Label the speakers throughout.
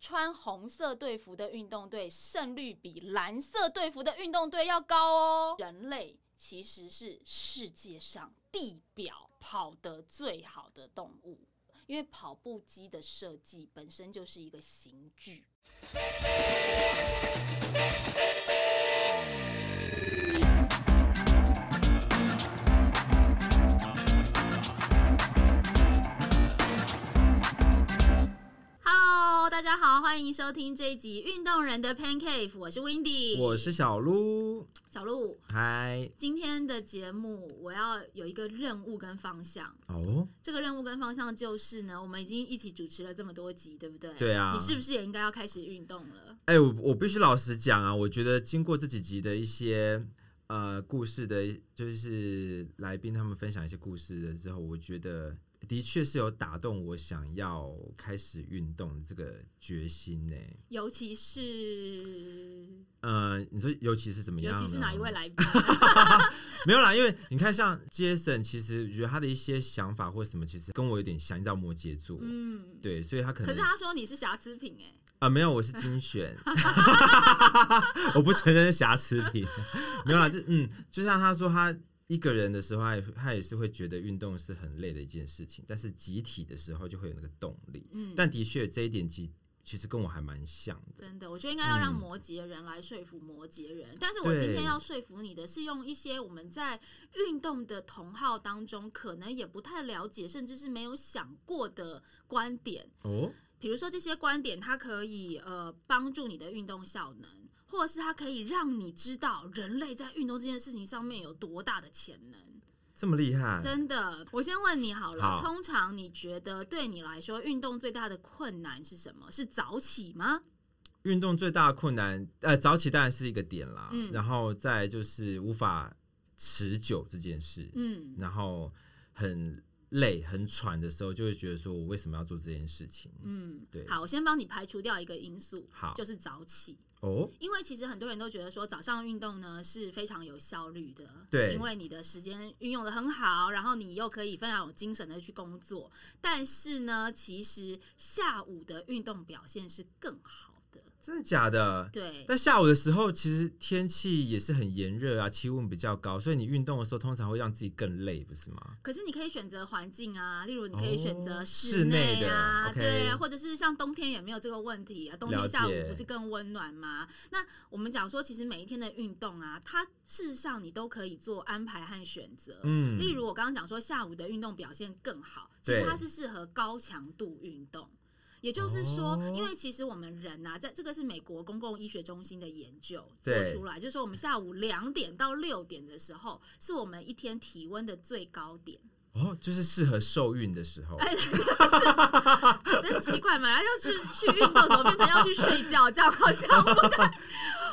Speaker 1: 穿红色队服的运动队胜率比蓝色队服的运动队要高哦。人类其实是世界上地表跑得最好的动物，因为跑步机的设计本身就是一个刑具。Hello，大家好，欢迎收听这一集《运动人的 Pan Cave》，我是 Windy，
Speaker 2: 我是小鹿，
Speaker 1: 小鹿。
Speaker 2: 嗨，
Speaker 1: 今天的节目我要有一个任务跟方向，
Speaker 2: 哦，
Speaker 1: 这个任务跟方向就是呢，我们已经一起主持了这么多集，对不对？
Speaker 2: 对啊
Speaker 1: 你是不是也应该要开始运动了？
Speaker 2: 哎、我我必须老实讲啊，我觉得经过这几集的一些呃故事的，就是来宾他们分享一些故事的之后，我觉得的确是有打动我想要开始运动的这个决心呢、
Speaker 1: 尤其是，
Speaker 2: 呃，你说尤其是怎么
Speaker 1: 尤
Speaker 2: 样？
Speaker 1: 其是哪一位？ 来宾？
Speaker 2: 没有啦，因为你看，像 Jason，其实我觉得他的一些想法或什么，其实跟我有点像，你知道摩羯座，
Speaker 1: 嗯，
Speaker 2: 对，所以他可能
Speaker 1: 可是他说你是瑕疵品、哎，
Speaker 2: 啊，没有，我是精选， 我不承认是瑕疵品。没有啦，就嗯，就像他说，他一个人的时候，他也他也是会觉得运动是很累的一件事情，但是集体的时候就会有那个动力。
Speaker 1: 嗯，
Speaker 2: 但的确这一点其其实跟我还蛮像的。
Speaker 1: 真的，我觉得应该要让
Speaker 2: 嗯
Speaker 1: 摩羯人来说服摩羯人。但是我
Speaker 2: 对
Speaker 1: 今天要说服你的是用一些我们在运动的同好当中可能也不太了解，甚至是没有想过的观点。
Speaker 2: 哦，
Speaker 1: 比如说这些观点，它可以呃帮助你的运动效能，或者是它可以让你知道人类在运动这件事情上面有多大的潜能。
Speaker 2: 这么厉害，
Speaker 1: 真的，我先问你好了，
Speaker 2: 嗯好
Speaker 1: 通常你觉得对你来说运动最大的困难是什么？是早起吗？
Speaker 2: 运动最大的困难，呃，早起当然是一个点啦，
Speaker 1: 嗯
Speaker 2: 然后再来就是无法持久这件事，
Speaker 1: 嗯
Speaker 2: 然后很累、很喘的时候，就会觉得说我为什么要做这件事情？
Speaker 1: 嗯，
Speaker 2: 对
Speaker 1: 好，我先帮你排除掉一个因素，
Speaker 2: 好
Speaker 1: 就是早起，
Speaker 2: 哦，
Speaker 1: 因为其实很多人都觉得说早上运动呢是非常有效率的，
Speaker 2: 对
Speaker 1: 因为你的时间运用的很好，然后你又可以非常有精神的去工作，但是呢，其实下午的运动表现是更好的，
Speaker 2: 真的假的？
Speaker 1: 对。
Speaker 2: 但下午的时候，其实天气也是很炎热啊，气温比较高，所以你运动的时候通常会让自己更累，不是吗？
Speaker 1: 可是你可以选择环境啊，例如你可以选择
Speaker 2: 哦
Speaker 1: 室内啊，
Speaker 2: 室内的，OK
Speaker 1: 对啊，或者是像冬天也没有这个问题啊，冬天
Speaker 2: 了
Speaker 1: 下午
Speaker 2: 解
Speaker 1: 不是更温暖吗？那我们讲说，其实每一天的运动啊，它事实上你都可以做安排和选择。
Speaker 2: 嗯，
Speaker 1: 呃例如我刚刚讲说，下午的运动表现更好，其实
Speaker 2: 对
Speaker 1: 它是适合高强度运动。也就是说，
Speaker 2: 哦
Speaker 1: 因为其实我们人呐、在这个是美国公共医学中心的研究做
Speaker 2: 对
Speaker 1: 出来，就是说我们下午两点到六点的时候，是我们一天体温的最高点。哎
Speaker 2: 哦，就是适合受孕的时候，
Speaker 1: 真奇怪嘛，然后要去去运动，怎么变成要去睡觉？这样好像不太，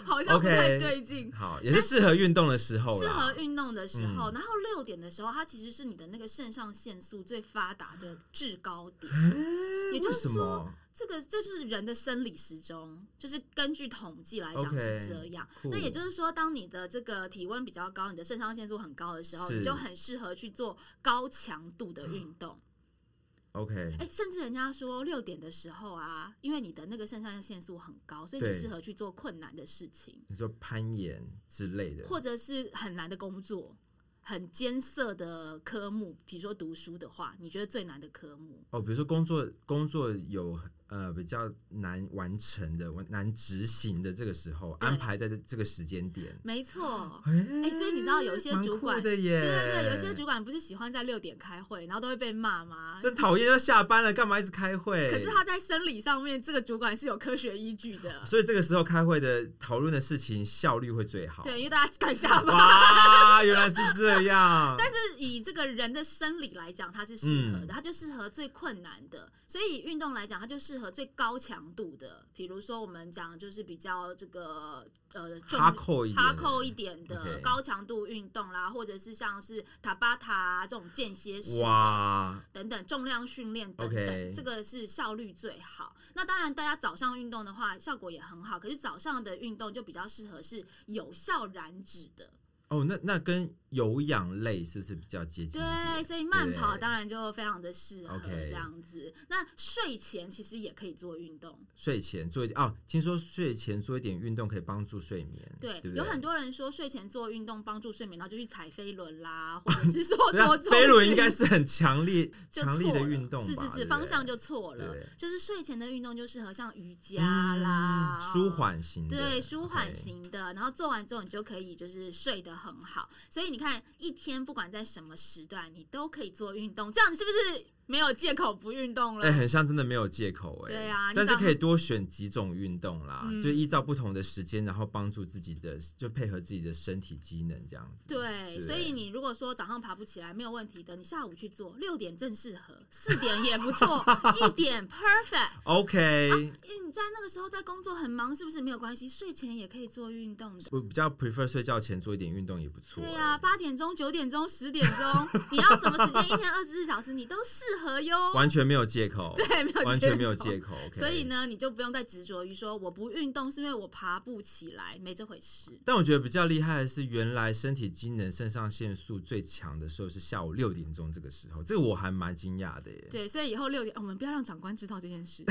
Speaker 1: 好像不太
Speaker 2: OK
Speaker 1: 对劲。
Speaker 2: 好，也是适合运动的时候
Speaker 1: 适
Speaker 2: 啦。
Speaker 1: 合运动的时候，
Speaker 2: 嗯
Speaker 1: 然后六点的时候，它其实是你的那个肾上腺素最发达的制高点。也就
Speaker 2: 啊为
Speaker 1: 是
Speaker 2: 什
Speaker 1: 说，
Speaker 2: 么？
Speaker 1: 这个这是人的生理时钟，就是根据统计来讲
Speaker 2: OK，嗯
Speaker 1: 是这样。
Speaker 2: 酷
Speaker 1: 那也就是说，当你的这个体温比较高，你的肾上腺素很高的时候，
Speaker 2: 是
Speaker 1: 你就很适合去做高强度的运动。
Speaker 2: OK，
Speaker 1: 哎、甚至人家说六点的时候啊，因为你的那个肾上腺素很高，所以你
Speaker 2: 对
Speaker 1: 适合去做困难的事情，
Speaker 2: 你说攀岩之类的，
Speaker 1: 或者是很难的工作、很艰涩的科目，比如说读书的话，你觉得最难的科目？
Speaker 2: 哦，比如说工作工作有呃比较难完成的、完难执行的这个时候，
Speaker 1: 对
Speaker 2: 安排在这这个时间点。
Speaker 1: 没 错。
Speaker 2: 哎、
Speaker 1: 所以你知道有一些
Speaker 2: 蛮
Speaker 1: 主
Speaker 2: 酷
Speaker 1: 管
Speaker 2: 的耶，
Speaker 1: 对对对，有些主管不是喜欢在六点开会，然后都会被骂吗？
Speaker 2: 真讨厌，要下班了，干嘛一直开会？
Speaker 1: 可是他在生理上面，这个主管是有科学依据的，
Speaker 2: 所以这个时候开会的讨论的事情效率会最好。
Speaker 1: 对，因为大家赶下班。
Speaker 2: 哇，原来是这 样。
Speaker 1: 但是以这个人的生理来讲，它是适
Speaker 2: 嗯
Speaker 1: 合的，它就适合最困难的。所以以运动来讲，它就适合最高强度的，比如说我们讲就是比较这个呃重
Speaker 2: 哈扣一点，
Speaker 1: 哈扣一点的
Speaker 2: OK
Speaker 1: 高强度运动啦，或者是像是塔巴塔这种间歇式的
Speaker 2: 哇，
Speaker 1: 等等重量训练等等
Speaker 2: OK
Speaker 1: 这个是效率最好。那当然，大家早上运动的话，效果也很好。可是早上的运动就比较适合是有效燃脂的，
Speaker 2: 哦，那那跟有氧类是不是比较接近一点？
Speaker 1: 对，所以慢跑
Speaker 2: 对
Speaker 1: 当然就非常的适合
Speaker 2: OK
Speaker 1: 这样子。那睡前其实也可以做运动，
Speaker 2: 睡前做一点哦，听说睡前做一点运动可以帮助睡眠，
Speaker 1: 对，
Speaker 2: 对不对？
Speaker 1: 有很多人说睡前做运动帮助睡眠，然后就去踩飞轮啦，或者是 说
Speaker 2: 对啊
Speaker 1: 做做
Speaker 2: 飞轮应该是很强力、
Speaker 1: 就错
Speaker 2: 强力的
Speaker 1: 了
Speaker 2: 运动吧，
Speaker 1: 是是
Speaker 2: 对
Speaker 1: 是，
Speaker 2: 不
Speaker 1: 方
Speaker 2: 对
Speaker 1: 向就错了
Speaker 2: 对。
Speaker 1: 就是睡前的运动就适合像瑜伽啦，哦
Speaker 2: 嗯舒。缓型的，
Speaker 1: 对，舒缓
Speaker 2: OK
Speaker 1: 型的，然后做完之后你就可以就是睡得很好，所以你看一天不管在什么时段，你都可以做运动，这样你是不是没有借口不运动了？
Speaker 2: 哎、很像真的没有借口哎、
Speaker 1: 对啊你
Speaker 2: 但是
Speaker 1: 想
Speaker 2: 可以多选几种运动啦，
Speaker 1: 嗯
Speaker 2: 就依照不同的时间，然后帮助自己的，就配合自己的身体机能这样子。
Speaker 1: 对，
Speaker 2: 对
Speaker 1: 所以你如果说早上爬不起来没有问题的，你下午去做，六点正适合，四点也不错，一点 perfect。
Speaker 2: ，OK，、
Speaker 1: 因为你在那个时候在工作很忙，是不是没有关系？睡前也可以做运动的。
Speaker 2: 我比较 prefer 睡觉前做一点运动也不错、哎
Speaker 1: 对啊呀、八点钟、九点钟、十点钟， 你要什么时间？一天二十四小时，你都适合哟。
Speaker 2: 完全没有借口，
Speaker 1: 对，没有
Speaker 2: 完全没有
Speaker 1: 口
Speaker 2: 借口。OK
Speaker 1: 所以，呢，你就不用再执着于说我不运动是因为我爬不起来，没这回事。
Speaker 2: 但我觉得比较厉害的是，原来身体机能肾上腺素最强的时候是下午六点钟这个时候，这个我还蛮惊讶的耶。
Speaker 1: 对，所以以后六点，我们不要让长官知道这件事。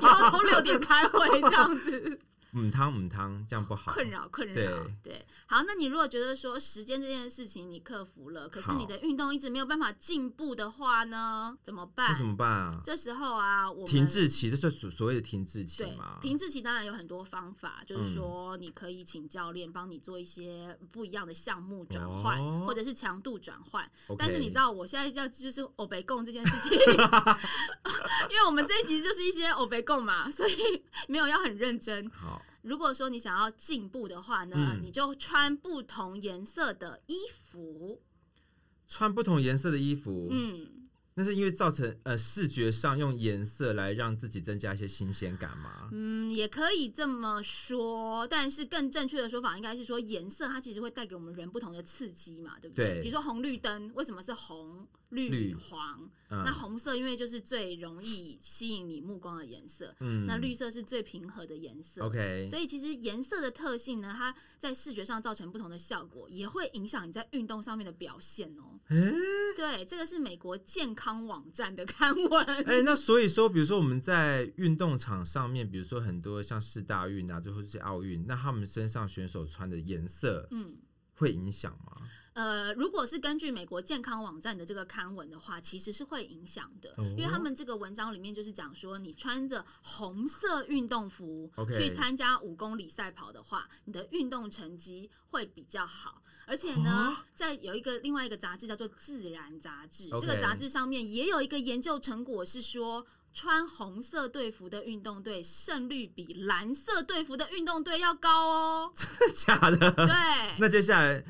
Speaker 1: 以后都六点开会这样子，
Speaker 2: 嗯汤嗯汤，这样不好。
Speaker 1: 困扰困扰。
Speaker 2: 对
Speaker 1: 对，好，那你如果觉得说时间这件事情你克服了，可是你的运动一直没有办法进步的话呢，怎么
Speaker 2: 那
Speaker 1: 办？
Speaker 2: 怎么办啊？
Speaker 1: 这时候啊，我们
Speaker 2: 停滞期，这算所所谓的停滞期
Speaker 1: 对
Speaker 2: 吗？
Speaker 1: 停滞期当然有很多方法，就
Speaker 2: 嗯
Speaker 1: 是说你可以请教练帮你做一些不一样的项目转换，
Speaker 2: 哦
Speaker 1: 或者是强度转换。
Speaker 2: OK
Speaker 1: 但是你知道我现在要就是 欧北共这件事情，因为我们这一集就是一些欧北共嘛，所以没有要很认真。
Speaker 2: 好，
Speaker 1: 如果说你想要进步的话呢，
Speaker 2: 嗯
Speaker 1: 你就穿不同颜色的衣服。
Speaker 2: 穿不同颜色的衣服，
Speaker 1: 嗯，
Speaker 2: 那是因为造成呃视觉上用颜色来让自己增加一些新鲜感嘛。
Speaker 1: 嗯，也可以这么说，但是更正确的说法应该是说，颜色它其实会带给我们人不同的刺激嘛，对不
Speaker 2: 对
Speaker 1: 比如说红绿灯为什么是红、绿、
Speaker 2: 绿
Speaker 1: 黄？
Speaker 2: 嗯
Speaker 1: 那红色因为就是最容易吸引你目光的颜色，
Speaker 2: 嗯
Speaker 1: 那绿色是最平和的颜色。
Speaker 2: OK，
Speaker 1: 所以其实颜色的特性呢，它在视觉上造成不同的效果，也会影响你在运动上面的表现哦。
Speaker 2: 嗯
Speaker 1: 对，这个是美国健康网站的刊文。
Speaker 2: 哎、那所以说，比如说我们在运动场上面，比如说很多像世大运啊，最后是奥运，那他们身上选手穿的颜色
Speaker 1: 嗯。
Speaker 2: 会影响吗？
Speaker 1: 呃，如果是根据美国健康网站的这个刊文的话，其实是会影响的，
Speaker 2: 哦
Speaker 1: 因为他们这个文章里面就是讲说，你穿着红色运动服
Speaker 2: OK
Speaker 1: 去参加五公里赛跑的话，你的运动成绩会比较好。而且呢，
Speaker 2: 啊
Speaker 1: 在有一个另外一个杂志叫做《自然》杂志这
Speaker 2: OK
Speaker 1: 个杂志上面也有一个研究成果是说。穿红色队服的运动队胜率比蓝色队服的运动队要高 哦。
Speaker 2: 真的假的？
Speaker 1: 对，
Speaker 2: 那接下来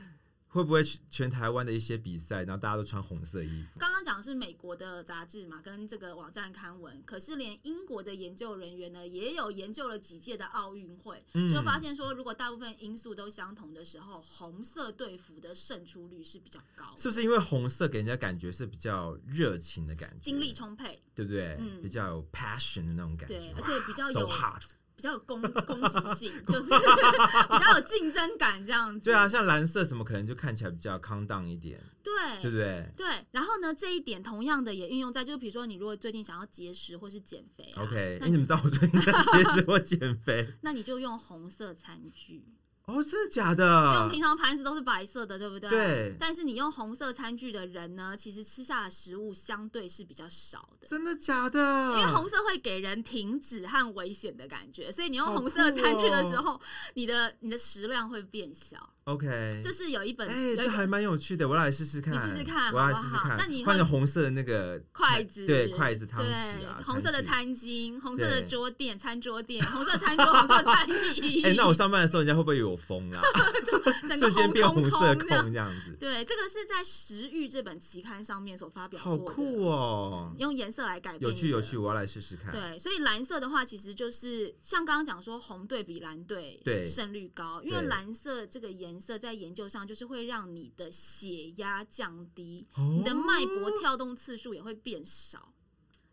Speaker 2: 会不会全全台湾的一些比赛，然后大家都穿红色衣服？
Speaker 1: 刚刚讲的是美国的杂志嘛，跟这个网站刊文，可是连英国的研究人员呢，也有研究了几届的奥运会，
Speaker 2: 嗯
Speaker 1: 就发现说，如果大部分因素都相同的时候，红色队服的胜出率是比较高的，
Speaker 2: 是不是因为红色给人家感觉是比较热情的感觉，
Speaker 1: 精力充沛，
Speaker 2: 对不对？
Speaker 1: 嗯
Speaker 2: 比较有 passion 的那种感觉，
Speaker 1: 对而且比较
Speaker 2: 哇 so
Speaker 1: 有
Speaker 2: hot。
Speaker 1: 比较有 攻攻击性，就是比较有竞争感这样子。
Speaker 2: 对啊，，像蓝色什么可能就看起来比较 calm down 一点，
Speaker 1: 对，
Speaker 2: 对不对
Speaker 1: 对，然后呢，这一点同样的也运用在，就是比如说你如果最近想要节食或是减肥、啊、
Speaker 2: ？OK，
Speaker 1: 那
Speaker 2: 你怎么知道我最近在节食或减 肥？
Speaker 1: 那你就用红色餐具。
Speaker 2: 哦，真的假
Speaker 1: 因为我们
Speaker 2: 的
Speaker 1: 平？常盘子都是白色的，对不对？
Speaker 2: 对
Speaker 1: 啊但是你用红色餐具的人呢，其实吃下的食物相对是比较少的。
Speaker 2: 真的假
Speaker 1: 因为红
Speaker 2: 的？
Speaker 1: 色会给人停止和危险的感觉，所以你用
Speaker 2: 好
Speaker 1: 红色餐具的
Speaker 2: 酷哦
Speaker 1: 时候，你的你的食量会变小。
Speaker 2: OK，
Speaker 1: 这是有一本，
Speaker 2: 哎，
Speaker 1: 有
Speaker 2: 这
Speaker 1: 一个
Speaker 2: 还蛮有趣的，我来试试看，
Speaker 1: 你试试看
Speaker 2: 我来
Speaker 1: 好
Speaker 2: 试
Speaker 1: 不
Speaker 2: 试
Speaker 1: 好
Speaker 2: 看。
Speaker 1: 那你以后
Speaker 2: 换成红色的那个
Speaker 1: 筷
Speaker 2: 餐
Speaker 1: 子，
Speaker 2: 对，筷子、汤匙
Speaker 1: 对
Speaker 2: 啊，
Speaker 1: 红色的
Speaker 2: 具。
Speaker 1: 餐巾，红色的
Speaker 2: 对
Speaker 1: 桌垫、餐桌垫，红色餐桌、红色 餐椅，
Speaker 2: 哎，那我上班的时候，人家会不会以为我疯啊了？
Speaker 1: 整个
Speaker 2: 瞬间
Speaker 1: 红
Speaker 2: 变
Speaker 1: 空
Speaker 2: 红色
Speaker 1: 空
Speaker 2: 控
Speaker 1: 这样。
Speaker 2: 这样子，
Speaker 1: 对，这个是在《食欲》这本期刊上面所发表
Speaker 2: 好
Speaker 1: 过的。
Speaker 2: 酷哦！
Speaker 1: 用颜色来改变。
Speaker 2: 有趣有趣，。我要来试试看。
Speaker 1: 对，所以蓝色的话，其实就是像刚刚讲说，红队比蓝队
Speaker 2: 对
Speaker 1: 胜率高，因为
Speaker 2: 对
Speaker 1: 蓝色这个颜色在研究上就是会让你的血压降低，
Speaker 2: 哦
Speaker 1: 你的脉搏跳动次数也会变少，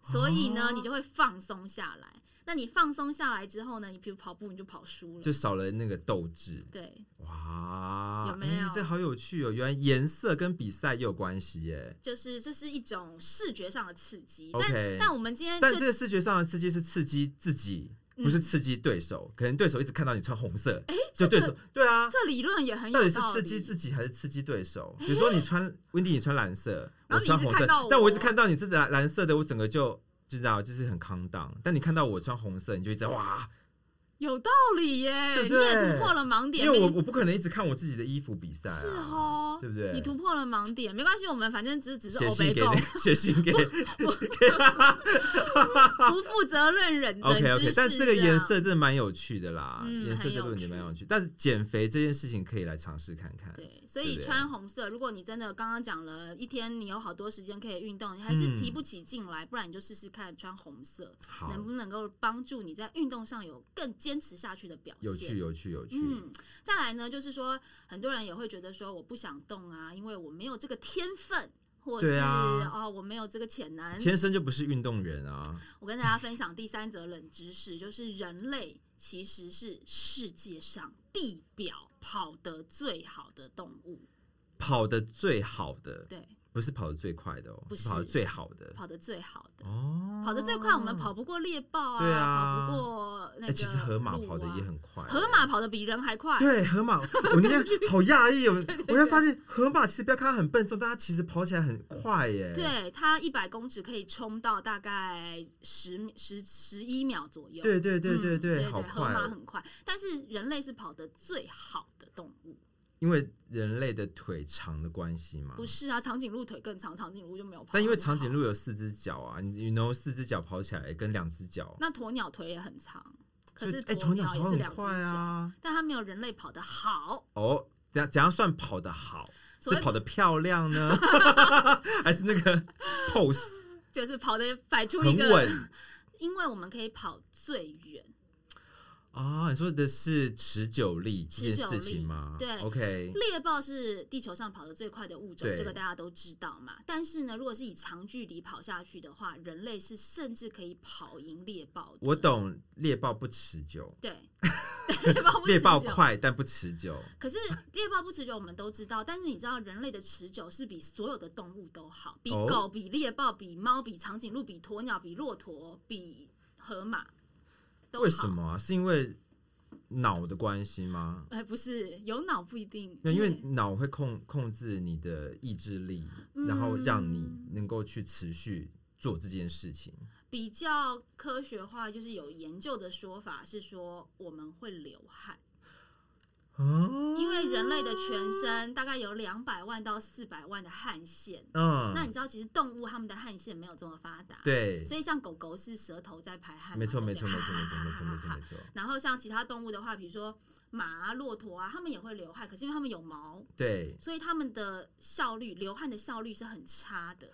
Speaker 1: 所以呢，
Speaker 2: 哦
Speaker 1: 你就会放松下来。那你放松下来之后呢，你比如跑步你就跑输了
Speaker 2: 就，少了那个斗志。
Speaker 1: 对，
Speaker 2: 哇，
Speaker 1: 有没
Speaker 2: 哎
Speaker 1: 有
Speaker 2: 这好有趣哦！原来颜色跟比赛也有关系耶。
Speaker 1: 就是这是一种视觉上的刺激。
Speaker 2: OK
Speaker 1: 但但我们今天就
Speaker 2: 但这个视觉上的刺激是刺激自己，
Speaker 1: 嗯
Speaker 2: 不是刺激对手。可能对手一直看到你穿红色，就对手对啊，
Speaker 1: 这理论也很有
Speaker 2: 到
Speaker 1: 道理，
Speaker 2: 底是刺激自己还是刺激对手？比如说你穿 Wendy，你穿蓝色，
Speaker 1: 然后你
Speaker 2: 穿
Speaker 1: 一直
Speaker 2: 红
Speaker 1: 看
Speaker 2: 色
Speaker 1: 到我，
Speaker 2: 但我一直看到你是蓝蓝色的，我整个就就知道就是很康荡。但你看到我穿红色，你就一直哇，
Speaker 1: 有道理耶，
Speaker 2: 对不对
Speaker 1: 你也突破了盲点，
Speaker 2: 因为我
Speaker 1: 没
Speaker 2: 我不可能一直看我自己的衣服比赛、啊，
Speaker 1: 是哦，
Speaker 2: 对不对？
Speaker 1: 你突破了盲点，没关系，我们反正只只是
Speaker 2: 写
Speaker 1: 欧
Speaker 2: 信
Speaker 1: 北
Speaker 2: 给
Speaker 1: 狗，
Speaker 2: 那写信给
Speaker 1: 不负责任人 的
Speaker 2: OK
Speaker 1: 知
Speaker 2: OK，
Speaker 1: 识。啊
Speaker 2: 但这个
Speaker 1: 样
Speaker 2: 颜色真的蛮有趣的啦，
Speaker 1: 嗯
Speaker 2: 颜色
Speaker 1: 很
Speaker 2: 这个
Speaker 1: 有
Speaker 2: 问题蛮
Speaker 1: 趣
Speaker 2: 有趣。但是减肥这件事情可以来尝试看看。
Speaker 1: 对，所
Speaker 2: 对
Speaker 1: 以
Speaker 2: 不对
Speaker 1: 穿红色，如果你真的刚刚讲了一天，你有好多时间可以运动，你还是提不起劲来，不然你就试试看穿红色，
Speaker 2: 嗯好，
Speaker 1: 能不能够帮助你在运动上有更坚持下去的表现。
Speaker 2: 有趣有趣有趣。
Speaker 1: 嗯，再来呢，就是说很多人也会觉得说我不想动啊，因为我没有这个天分，或是
Speaker 2: 对啊
Speaker 1: 哦我没有这个潜能。
Speaker 2: 天生就不是运动人啊！
Speaker 1: 我跟大家分享第三则冷知识，就是人类其实是世界上地表跑得最好的动物，
Speaker 2: 跑的最好的，
Speaker 1: 对，
Speaker 2: 不是跑的最快的哦，
Speaker 1: 不
Speaker 2: 跑的
Speaker 1: 是
Speaker 2: 最好的
Speaker 1: 跑得最好的。
Speaker 2: 哦。
Speaker 1: 跑得最快，我们跑不过猎豹啊，
Speaker 2: 对啊
Speaker 1: 跑不过那
Speaker 2: 哎、
Speaker 1: 个、啊
Speaker 2: 其实河马跑的也，很快、欸
Speaker 1: 河马跑得比人还快，
Speaker 2: 对 河马，我那天好讶异哦，我才发现河马其实不要看它很笨重，但它其实跑起来很快耶。
Speaker 1: 对，它一百公尺可以冲到大概十十十一秒左右。
Speaker 2: 对对对对
Speaker 1: 嗯对，
Speaker 2: 好
Speaker 1: 河
Speaker 2: 快、
Speaker 1: 马
Speaker 2: 哦，
Speaker 1: 很快，但是人类是跑得最好的动物，
Speaker 2: 因为人类的腿长的关系嘛。
Speaker 1: 不是啊？长颈鹿腿更长，长颈鹿就没有跑。
Speaker 2: 但因为长颈，鹿有四只脚啊，你你能四只脚跑起来跟两只脚，
Speaker 1: 那鸵鸟腿也很长，可
Speaker 2: 就是哎
Speaker 1: 鸵
Speaker 2: 鸟
Speaker 1: 也
Speaker 2: 跑
Speaker 1: 是
Speaker 2: 很
Speaker 1: 两只脚，
Speaker 2: 快啊。
Speaker 1: 但它没有人类跑得好。
Speaker 2: 哦，怎样怎样算跑得好？
Speaker 1: 所
Speaker 2: 是
Speaker 1: 谓
Speaker 2: 跑得漂亮呢， 还是那个 pose
Speaker 1: 就是跑得摆出一
Speaker 2: 很
Speaker 1: 个，
Speaker 2: 稳
Speaker 1: 因为我们可以跑最远。
Speaker 2: 啊？你说的是持久力这件
Speaker 1: 持久
Speaker 2: 事情吗？
Speaker 1: 力对
Speaker 2: ，OK，
Speaker 1: 猎豹是地球上跑得最快的物种，
Speaker 2: 对
Speaker 1: 这个大家都知道嘛。但是呢，如果是以长距离跑下去的话，人类是甚至可以跑赢猎豹的。
Speaker 2: 我懂，猎豹不持久，
Speaker 1: 对， 猎豹不持
Speaker 2: 猎豹
Speaker 1: 久
Speaker 2: 快但不持久，
Speaker 1: 可 是猎豹不持久，我们都知道。但是你知道，人类的持久是比所有的动物都好，比
Speaker 2: 哦
Speaker 1: 狗、比猎豹、比猫、比长颈鹿、比鸵鸟、比骆驼、比河马都好。
Speaker 2: 为什？么啊？是因为脑的关系吗？
Speaker 1: 哎，不是，有脑不一定。
Speaker 2: 那因为脑会控控制你的意志力，然后让你
Speaker 1: 嗯
Speaker 2: 能够去持续做这件事情。
Speaker 1: 比较科学化，就是有研究的说法是说我们会流汗，
Speaker 2: 哦，
Speaker 1: 因为人类的全身大概有两百万到四百万的汗腺。那
Speaker 2: 嗯，
Speaker 1: 你知道，其实动物它们的汗腺没有这么发达，
Speaker 2: 对，
Speaker 1: 所以像狗狗是舌头在排汗嘛，
Speaker 2: 没错，
Speaker 1: 对
Speaker 2: 没
Speaker 1: 不
Speaker 2: 错，
Speaker 1: 对
Speaker 2: 没错，没错，没错，没错，没。错，
Speaker 1: 然后像其他动物的话，比如说马啊、骆驼啊，它们也会流汗，可是因为它们有毛，
Speaker 2: 对。
Speaker 1: 所以它们的效率流汗的效率是很差的。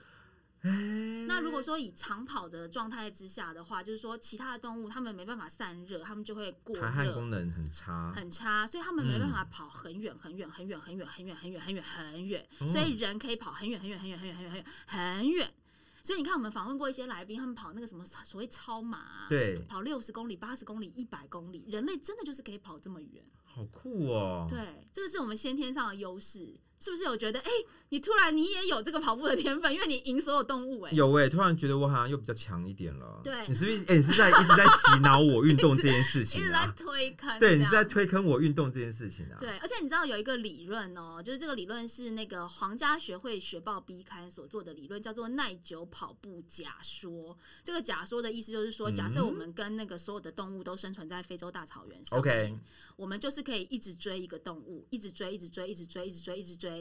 Speaker 2: 那
Speaker 1: 那如果说以长跑的状态之下的话，就是说其他的动物它们没办法散热，它们就会过
Speaker 2: 排汗
Speaker 1: 热，
Speaker 2: 功嗯能很差，
Speaker 1: 很差，所以它们没办法跑很远很远很远很远很远很远很远很远，
Speaker 2: 哦
Speaker 1: 所以人可以跑很远很远很远很远很远很远。所以你看，我们访问过一些来宾，他们跑那个什么所谓超马啊、
Speaker 2: 对，
Speaker 1: 跑六十公里、八十公里、一百公里，人类真的就是可以跑这么远。
Speaker 2: 好酷哦。
Speaker 1: 对，这个是我们先天上的优势，是不是？有觉得，哎、你突然你也有这个跑步的天分，因为你赢所有动物、哎，
Speaker 2: 有哎、突然觉得我好像又比较强一点了。
Speaker 1: 对
Speaker 2: 你是不是？哎、你是不是在一直在洗脑我运动这件 事
Speaker 1: 一
Speaker 2: 情
Speaker 1: 直在
Speaker 2: 啊？
Speaker 1: 推坑这样，
Speaker 2: 对，你是在推坑我运动这件事情啊？
Speaker 1: 对，而且你知道有一个理论哦，就是这个理论是那个皇家学会学报期刊所做的理论，叫做耐久跑步假说。这个假说的意思就是说，
Speaker 2: 嗯
Speaker 1: 假设我们跟那个所有的动物都生存在非洲大草原上
Speaker 2: ，OK，
Speaker 1: 面我们就是可以一直追一个动物，一直追，一直追，一直追，一直追，一直追。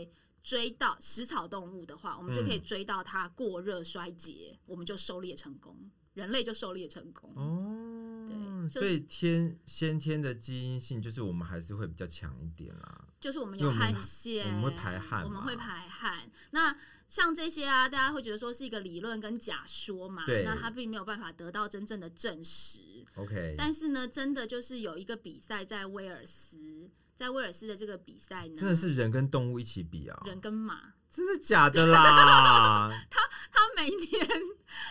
Speaker 1: 追到食草动物的话，我们就
Speaker 2: 嗯
Speaker 1: 可以追到它过热衰竭，我们就狩猎成功，人类就狩猎成功。
Speaker 2: 哦，
Speaker 1: 对就
Speaker 2: 所以天先天的基因性就是我们还是会比较强一点啦。
Speaker 1: 就是我们
Speaker 2: 因
Speaker 1: 有
Speaker 2: 为我们
Speaker 1: 汗腺，
Speaker 2: 我们会排汗
Speaker 1: 我们会
Speaker 2: 嘛
Speaker 1: 排汗。那像这些啊，大家会觉得说是一个理论跟假说嘛，
Speaker 2: 对
Speaker 1: 那它并没有办法得到真正的证实。
Speaker 2: OK，
Speaker 1: 但是呢，真的就是有一个比赛在威尔斯，在威尔斯的这个比赛呢，
Speaker 2: 真的是人跟动物一起比啊，
Speaker 1: 人跟马
Speaker 2: 真的假的啦？
Speaker 1: 他每年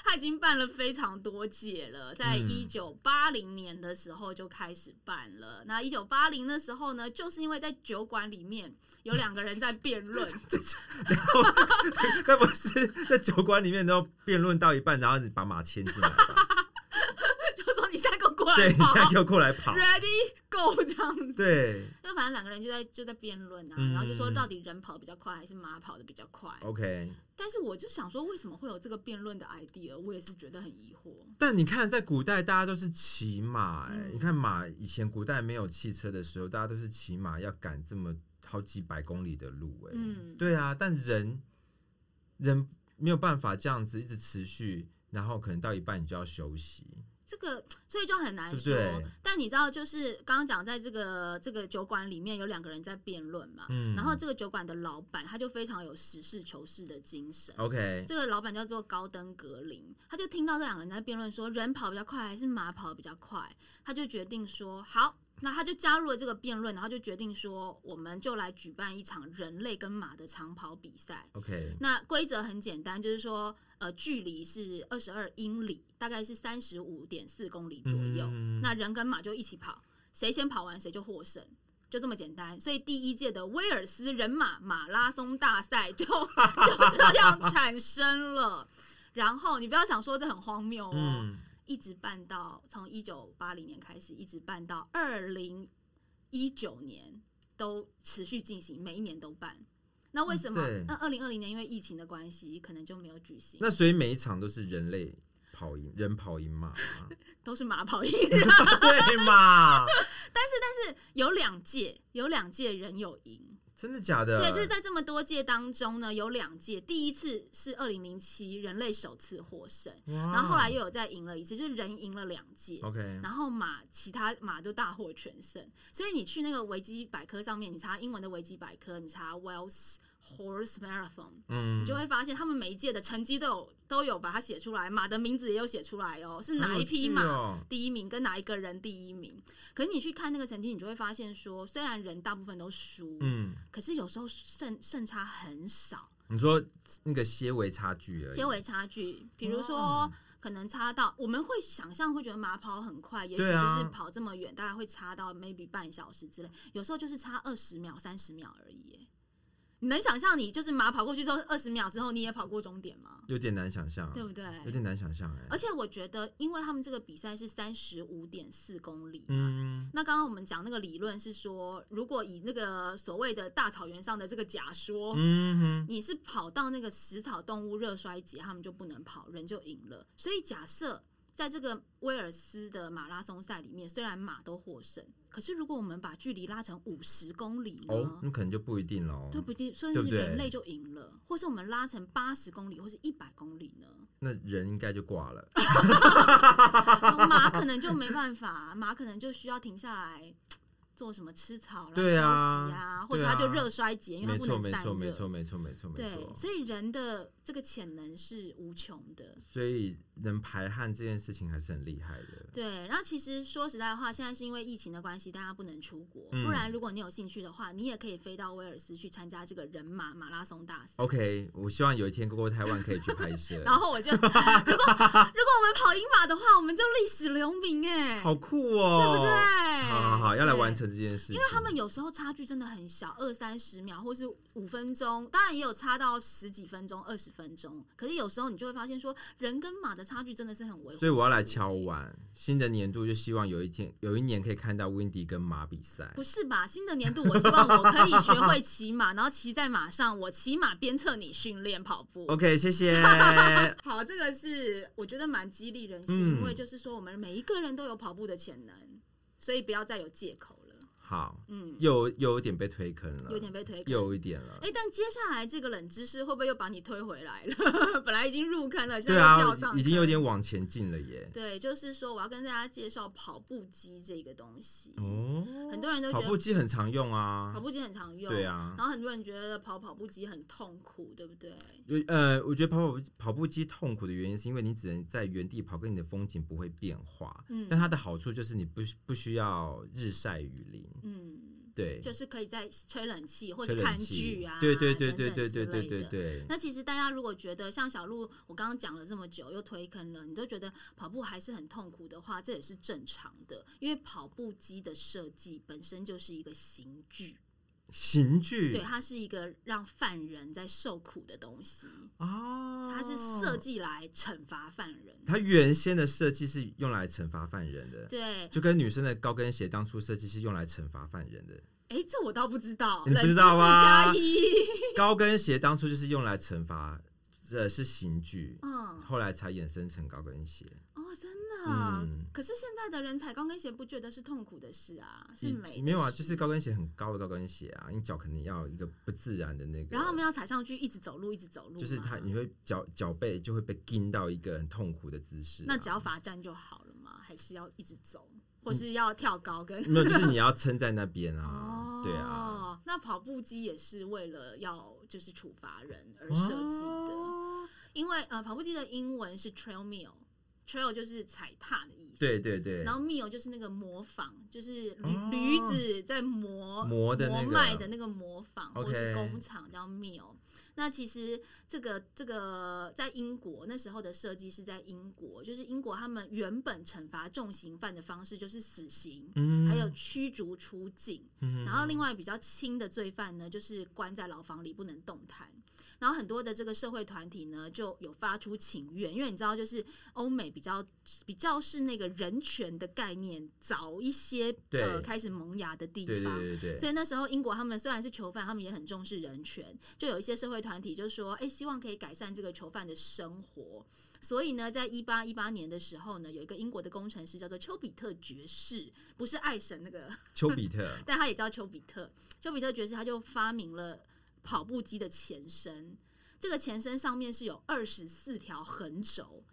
Speaker 1: 他已经办了非常多届 了，在
Speaker 2: 嗯
Speaker 1: 一九八零年的时候就开始办了。那一九八零的时候呢，就是因为在酒馆里面有两个人在辩 论，
Speaker 2: 该不是在酒馆里面都辩论到一半，然后你把马牵进来吧？
Speaker 1: 就说你现在给我过
Speaker 2: 对，
Speaker 1: 来
Speaker 2: 你现在
Speaker 1: 跑
Speaker 2: 给我过来跑。
Speaker 1: ，Ready Go 这样子。
Speaker 2: 对
Speaker 1: 就反正两个人就在就在辩论啊，
Speaker 2: 嗯哦
Speaker 1: 然后就说到底人跑的比较快还是马跑的比较快。
Speaker 2: ，OK。
Speaker 1: 但是我就想说，为什么会有这个辩论的 idea？我也是觉得很疑惑。
Speaker 2: 但你看，在古代大家都是骑马、哎
Speaker 1: 嗯
Speaker 2: 你看马以前古代没有汽车的时候，大家都是骑马，要赶这么好几百公里的路、哎，
Speaker 1: 嗯
Speaker 2: 对啊，但人人没有办法这样子一直持续，然后可能到一半你就要休息，
Speaker 1: 这个，所以就很难说。
Speaker 2: 对不对
Speaker 1: 但你知道，就是刚刚讲，在这个这个酒馆里面有两个人在辩论嘛，
Speaker 2: 嗯，
Speaker 1: 然后这个酒馆的老板他就非常有实事求是的精神。
Speaker 2: OK，
Speaker 1: 这个老板叫做高登格林，他就听到这两个人在辩论说人跑比较快还是马跑比较快，他就决定说好，那他就加入了这个辩论，然后就决定说我们就来举办一场人类跟马的长跑比赛。
Speaker 2: OK，
Speaker 1: 那规则很简单，就是说，呃，距离是二十二英里，大概是三十五点四公里左右。
Speaker 2: 嗯
Speaker 1: 那人跟马就一起跑，谁先跑完谁就获胜，就这么简单。所以第一届的威尔斯人马马拉松大赛就 就这样产生了。然后你不要想说这很荒谬哦，
Speaker 2: 嗯，
Speaker 1: 一直办到从一九八零年开始，一直办到二零一九年都持续进行，每一年都办。那为什么
Speaker 2: 哇塞？
Speaker 1: 那二零二零年因为疫情的关系，可能就没有举行。
Speaker 2: 那所以每一场都是人类跑赢人跑赢马 嘛，
Speaker 1: 都是马跑一人，
Speaker 2: 对嘛？
Speaker 1: 但是有两届，有两届人有赢。
Speaker 2: 真的假的？
Speaker 1: 对，就是在这么多届当中呢，有两届，第一次是二零零七人类首次获胜，
Speaker 2: 哇，
Speaker 1: 然后后来又有再赢了一次，就是人赢了两届。
Speaker 2: OK，
Speaker 1: 然后马其他马都大获全胜，所以你去那个维基百科上面，你查英文的维基百科，你查 Wells Horse Marathon，
Speaker 2: 嗯
Speaker 1: 你就会发现他们每一届的成绩都有都有把它写出来，马的名字也有写出来哦，是哪一匹马
Speaker 2: 很有趣哦
Speaker 1: 第一名跟哪一个人第一名。可是你去看那个成绩，你就会发现说，虽然人大部分都输，
Speaker 2: 嗯，
Speaker 1: 可是有时候胜胜差很少，
Speaker 2: 你说那个些微差距而已，
Speaker 1: 些微差距，比如说
Speaker 2: 哦。
Speaker 1: 可能差到，我们会想象会觉得马跑很快，也许
Speaker 2: 对
Speaker 1: 就
Speaker 2: 啊
Speaker 1: 是跑这么远，大概会差到 maybe 半小时之类，有时候就是差二十秒、三十秒而已耶。你能想象你就是马跑过去之后二十秒之后你也跑过终点吗？
Speaker 2: 有点难想象啊，
Speaker 1: 对不对？
Speaker 2: 有点难想象哎、
Speaker 1: 而且我觉得，因为他们这个比赛是三十五点四公里嘛，
Speaker 2: 嗯，
Speaker 1: 那刚刚我们讲那个理论是说，如果以那个所谓的大草原上的这个假说，
Speaker 2: 嗯哼，
Speaker 1: 你是跑到那个食草动物热衰竭，他们就不能跑，人就赢了。所以假设在这个威尔斯的马拉松赛里面，虽然马都获胜，可是如果我们把距离拉成五十公里呢？
Speaker 2: 哦，那可能就不一定喽。
Speaker 1: 对嗯不对？所以
Speaker 2: 对不对
Speaker 1: 人类就赢了，或是我们拉成八十公里，或是一百公里 呢？
Speaker 2: 那人应该就挂了。
Speaker 1: 马可能就没办法，啊马可能就需要停下来做什么吃草啦、
Speaker 2: 对啊
Speaker 1: 休息啊，或者它
Speaker 2: 对啊
Speaker 1: 就热衰竭，因为
Speaker 2: 没
Speaker 1: 它不
Speaker 2: 错，
Speaker 1: 能
Speaker 2: 没
Speaker 1: 散热。
Speaker 2: 错，没错，没错，没错，没
Speaker 1: 对，
Speaker 2: 错。
Speaker 1: 所以人的这个潜能是无穷的。
Speaker 2: 所以能排汗这件事情还是很厉害的。
Speaker 1: 对，然后其实说实在话，现在是因为疫情的关系，大家不能出国。
Speaker 2: 嗯
Speaker 1: 不然，如果你有兴趣的话，你也可以飞到威尔斯去参加这个人马马拉松大赛。
Speaker 2: OK，我希望有一天 g o g o 台湾可以去拍摄，
Speaker 1: 然后我就，如果如果我们跑英马的话，我们就历史留名哎、
Speaker 2: 好酷
Speaker 1: 对
Speaker 2: 哦！
Speaker 1: 不对？
Speaker 2: 好好好，要来
Speaker 1: 对
Speaker 2: 完成这件事情。因为
Speaker 1: 他们有时候差距真的很小，二三十秒或是五分钟，当然也有差到十几分钟、二十分钟。可是有时候你就会发现说，人跟马的差距真的是很微乎
Speaker 2: 所以我要来
Speaker 1: 其微
Speaker 2: 敲。碗，新的年度就希望有一天，有一年可以看到 Windy 跟马比赛。
Speaker 1: 不是吧？新的年度，我希望我可以学会骑马，然后骑在马上，我骑马鞭策你训练跑步。
Speaker 2: OK，谢谢。
Speaker 1: 好，这个是我觉得蛮激励人心，
Speaker 2: 嗯
Speaker 1: 因为就是说我们每一个人都有跑步的潜能，所以不要再有借口了。
Speaker 2: 好，
Speaker 1: 嗯，
Speaker 2: 又又有点被推坑了，
Speaker 1: 有点被推
Speaker 2: 又有一点了。
Speaker 1: 哎、但接下来这个冷知识会不会又把你推回来了？ 本来已经入坑了，现
Speaker 2: 对
Speaker 1: 在又
Speaker 2: 啊
Speaker 1: 跳上、，
Speaker 2: 已经有。点往前进了耶。
Speaker 1: 对，就是说我要跟大家介绍跑步机这个东西。
Speaker 2: 哦，
Speaker 1: 很多嗯人都觉
Speaker 2: 跑
Speaker 1: 得
Speaker 2: 步机很常用啊
Speaker 1: 跑。步机很常用，
Speaker 2: 对啊
Speaker 1: 然后很多人觉得跑跑步机很痛苦，对不对？
Speaker 2: 有呃，我觉得跑跑步跑步机痛苦的原因是因为你只能在原地跑，跟你的风景不会变化。
Speaker 1: 嗯
Speaker 2: 但它的好处就是你不不需要日晒雨淋，
Speaker 1: 嗯，
Speaker 2: 对，
Speaker 1: 就是可以在吹冷气或
Speaker 2: 吹
Speaker 1: 者
Speaker 2: 冷
Speaker 1: 看
Speaker 2: 气
Speaker 1: 剧啊，
Speaker 2: 对对对
Speaker 1: 等
Speaker 2: 对
Speaker 1: 等
Speaker 2: 对
Speaker 1: 之
Speaker 2: 对对
Speaker 1: 类
Speaker 2: 对
Speaker 1: 的
Speaker 2: 对，
Speaker 1: 那其实大家如果觉得像小鹿，我刚刚讲了这么久，又推坑了，你都觉得跑步还是很痛苦的话，这也是正常的，因为跑步机的设计本身就是一个刑具，
Speaker 2: 刑具
Speaker 1: 对，它是一个让犯人在受苦的东西，
Speaker 2: 哦，
Speaker 1: 它是设，计来惩罚犯人。
Speaker 2: 它原先的设计是用来惩罚犯人的，
Speaker 1: 对，
Speaker 2: 就跟女生的高跟鞋当初设计是用来惩罚犯 人的，
Speaker 1: 哎，这我倒不知道，
Speaker 2: 你不
Speaker 1: 冷
Speaker 2: 知道
Speaker 1: 知
Speaker 2: 吗
Speaker 1: 识加一，
Speaker 2: 高跟鞋当初就是用来惩罚，呃，是刑具，
Speaker 1: 嗯，
Speaker 2: 后来才衍生成高跟鞋。
Speaker 1: 哦，真的啊、
Speaker 2: 嗯
Speaker 1: 可是现在的人踩高跟鞋不觉得是痛苦的事啊，是
Speaker 2: 一
Speaker 1: 美的
Speaker 2: 没有啊，
Speaker 1: 事
Speaker 2: 就是高跟鞋很高的高跟鞋啊，你脚肯定要有一个不自然的那个，
Speaker 1: 然后我们要踩上去，一直走路，一直走路嘛，
Speaker 2: 就是它你会脚脚背就会被钉到一个很痛苦的 姿势啊、
Speaker 1: 那只要罚站就好了吗？还是要一直走，或是要跳高跟？
Speaker 2: 没有，就是你要撑在那边嗯啊，
Speaker 1: 哦，
Speaker 2: 对啊，，
Speaker 1: 那跑步机也是为了要就是处罚人而设计的，
Speaker 2: 哦
Speaker 1: 因为呃，跑步机的英文是 trail meal，trail 就是踩踏的意思，
Speaker 2: 对对对，
Speaker 1: 然后 meal 就是那个模仿，就是驴、
Speaker 2: 哦
Speaker 1: 驴子在磨
Speaker 2: 磨的那个
Speaker 1: 磨麦的那个模仿，
Speaker 2: OK
Speaker 1: 或是工厂叫 meal。那其实这个这个在英国那时候的设计是在英国，就是英国他们原本惩罚重刑犯的方式就是死刑，
Speaker 2: 嗯
Speaker 1: 还有驱逐出境。
Speaker 2: 嗯
Speaker 1: 然后另外比较轻的罪犯呢，就是关在牢房里不能动弹。然后很多的这个社会团体呢，就有发出请愿，因为你知道，就是欧美比较比较是那个人权的概念早一些
Speaker 2: 对
Speaker 1: 呃开始萌芽的地
Speaker 2: 对对
Speaker 1: 方。
Speaker 2: 对对
Speaker 1: 所
Speaker 2: 对，
Speaker 1: 以那时候英国他们虽然是囚犯，他们也很重视人权，就有一些社会团体就说，哎、希望可以改善这个囚犯的生活。所以呢，在一八一八年的时候呢，有一个英国的工程师叫做丘比特爵士，不是爱神那个
Speaker 2: 丘比特
Speaker 1: 但他也叫丘比特。丘比特爵士他就发明了跑步机的前身，这个前身上面是有二十四条横轴。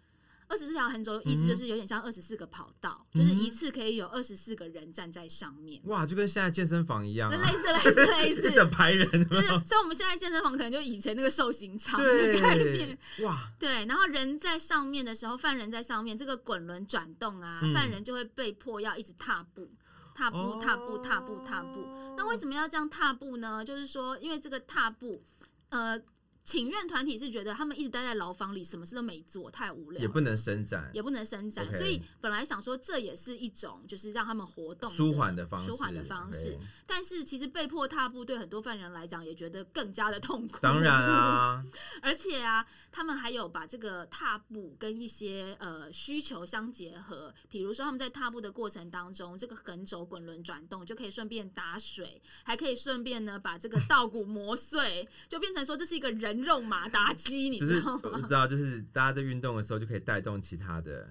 Speaker 1: 二十四条横轴意思就是有点像二十四个跑道，就是一次可以有二十四个人站在上面，
Speaker 2: 哇，就跟现在健身房一样
Speaker 1: 那
Speaker 2: 啊，
Speaker 1: 类似类似类似，
Speaker 2: 一整排人，
Speaker 1: 就是所以我们现在健身房可能就以前那个寿星场的概念
Speaker 2: 对，，哇，
Speaker 1: 对，然后人在上面的时候，犯人在上面，这个滚轮转动啊，
Speaker 2: 嗯
Speaker 1: 犯人就会被迫要一直踏步，踏步，踏步，踏步，踏步。
Speaker 2: 哦
Speaker 1: 那为什么要这样踏步呢？就是说，因为这个踏步，呃，请愿团体是觉得他们一直待在牢房里，什么事都没做，太无聊，
Speaker 2: 也不能伸展，
Speaker 1: 也不能伸展
Speaker 2: OK
Speaker 1: 所以本来想说这也是一种就是让他们活动
Speaker 2: 舒缓的方式，
Speaker 1: 舒缓的方式。
Speaker 2: OK
Speaker 1: 但是其实被迫踏步对很多犯人来讲也觉得更加的痛苦。
Speaker 2: 当然啊，
Speaker 1: 而且啊，他们还有把这个踏步跟一些呃需求相结合，比如说他们在踏步的过程当中，这个横轴滚轮转动就可以顺便打水，还可以顺便呢把这个稻谷磨碎，就变成说这是一个人肉马达机，你
Speaker 2: 就
Speaker 1: 知
Speaker 2: 是
Speaker 1: 道
Speaker 2: 我
Speaker 1: 吗？
Speaker 2: 知道，就是大家在运动的时候就可以带动其他的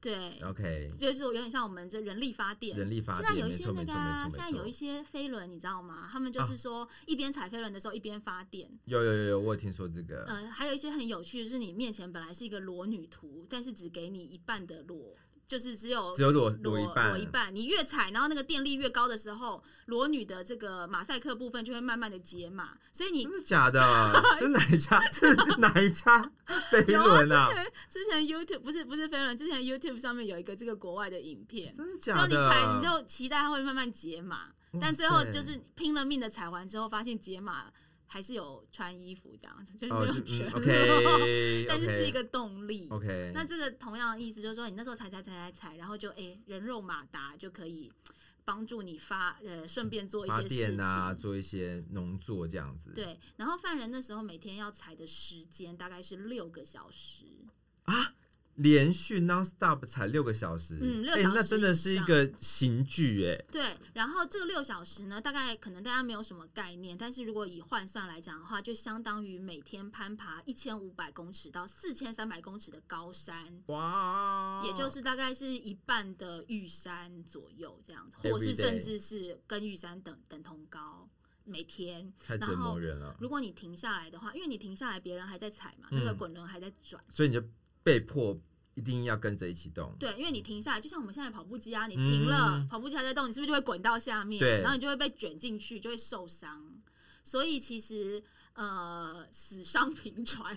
Speaker 1: 对，
Speaker 2: ，OK，
Speaker 1: 就是有点像我们这人力发电。
Speaker 2: 人力发
Speaker 1: 现
Speaker 2: 电，
Speaker 1: 在有一
Speaker 2: 没
Speaker 1: 些
Speaker 2: 错
Speaker 1: 那
Speaker 2: 没
Speaker 1: 个
Speaker 2: 错
Speaker 1: 啊，现
Speaker 2: 没错啊
Speaker 1: 在
Speaker 2: 没
Speaker 1: 有一
Speaker 2: 错，
Speaker 1: 些飞轮，你知道吗？他们就是说一边踩飞轮的时候一边发电，
Speaker 2: 有有有有，我有听说这个，
Speaker 1: 呃，还有一些很有趣，就是你面前本来是一个裸女图，但是只给你一半的裸，就是只有
Speaker 2: 只有裸
Speaker 1: 裸
Speaker 2: 裸一半，
Speaker 1: 你越踩，然后那个电力越高的时候，裸女的这个马赛克部分就会慢慢的解码，所以你
Speaker 2: 真的 假的？这哪一家？这哪一家 飞
Speaker 1: 有啊，
Speaker 2: 轮啊？
Speaker 1: 之前 YouTube 不是不是飞轮，之前 YouTube 上面有一个这个国外的影片，
Speaker 2: 真的
Speaker 1: 就
Speaker 2: 假
Speaker 1: 你踩，
Speaker 2: 的？
Speaker 1: 你就期待它会慢慢解码，
Speaker 2: 哇
Speaker 1: 但最后
Speaker 2: 塞
Speaker 1: 就是拼了命的踩完之后，发现解码还是有穿衣服这样子，就是没
Speaker 2: 哦
Speaker 1: 有
Speaker 2: 就
Speaker 1: 全
Speaker 2: 嗯
Speaker 1: 裸，
Speaker 2: ，OK，
Speaker 1: 但是是一个动力。
Speaker 2: OK，
Speaker 1: 那这个同样的意思就是说，你那时候踩踩踩踩踩，然后就哎、诶人肉马达就可以帮助你发呃，顺便做一
Speaker 2: 发
Speaker 1: 些事
Speaker 2: 电
Speaker 1: 情。
Speaker 2: 啊，做一些农作这样子，
Speaker 1: 对，然后犯人那时候每天要踩的时间大概是六个小时，
Speaker 2: 啊。连续 non stop 踩六个小时，
Speaker 1: 嗯六
Speaker 2: 哎
Speaker 1: 小时
Speaker 2: 那真的是
Speaker 1: 以
Speaker 2: 一
Speaker 1: 上
Speaker 2: 个刑具哎、
Speaker 1: 对，然后这六小时呢，大概可能大家没有什么概念，但是如果以换算来讲的话，就相当于每天攀爬一千五百公尺到四千三百公尺的高山，
Speaker 2: 哇，
Speaker 1: 也就是大概是一半的玉山左右这样子，或是
Speaker 2: Every day
Speaker 1: 甚至是跟玉山等等同高，每天。
Speaker 2: 太折磨人了，
Speaker 1: 如果你停下来的话，因为你停下来，别人还在踩嘛，那个
Speaker 2: 嗯
Speaker 1: 滚轮还在转。
Speaker 2: 所以你就被迫一定要跟着一起动。
Speaker 1: 对，因为你停下来，就像我们现在跑步机啊，你停了，
Speaker 2: 嗯
Speaker 1: 跑步机还在动，你是不是就会滚到下面？
Speaker 2: 对
Speaker 1: 然后你就会被卷进去， 就会受伤。所以其实呃，死伤频传，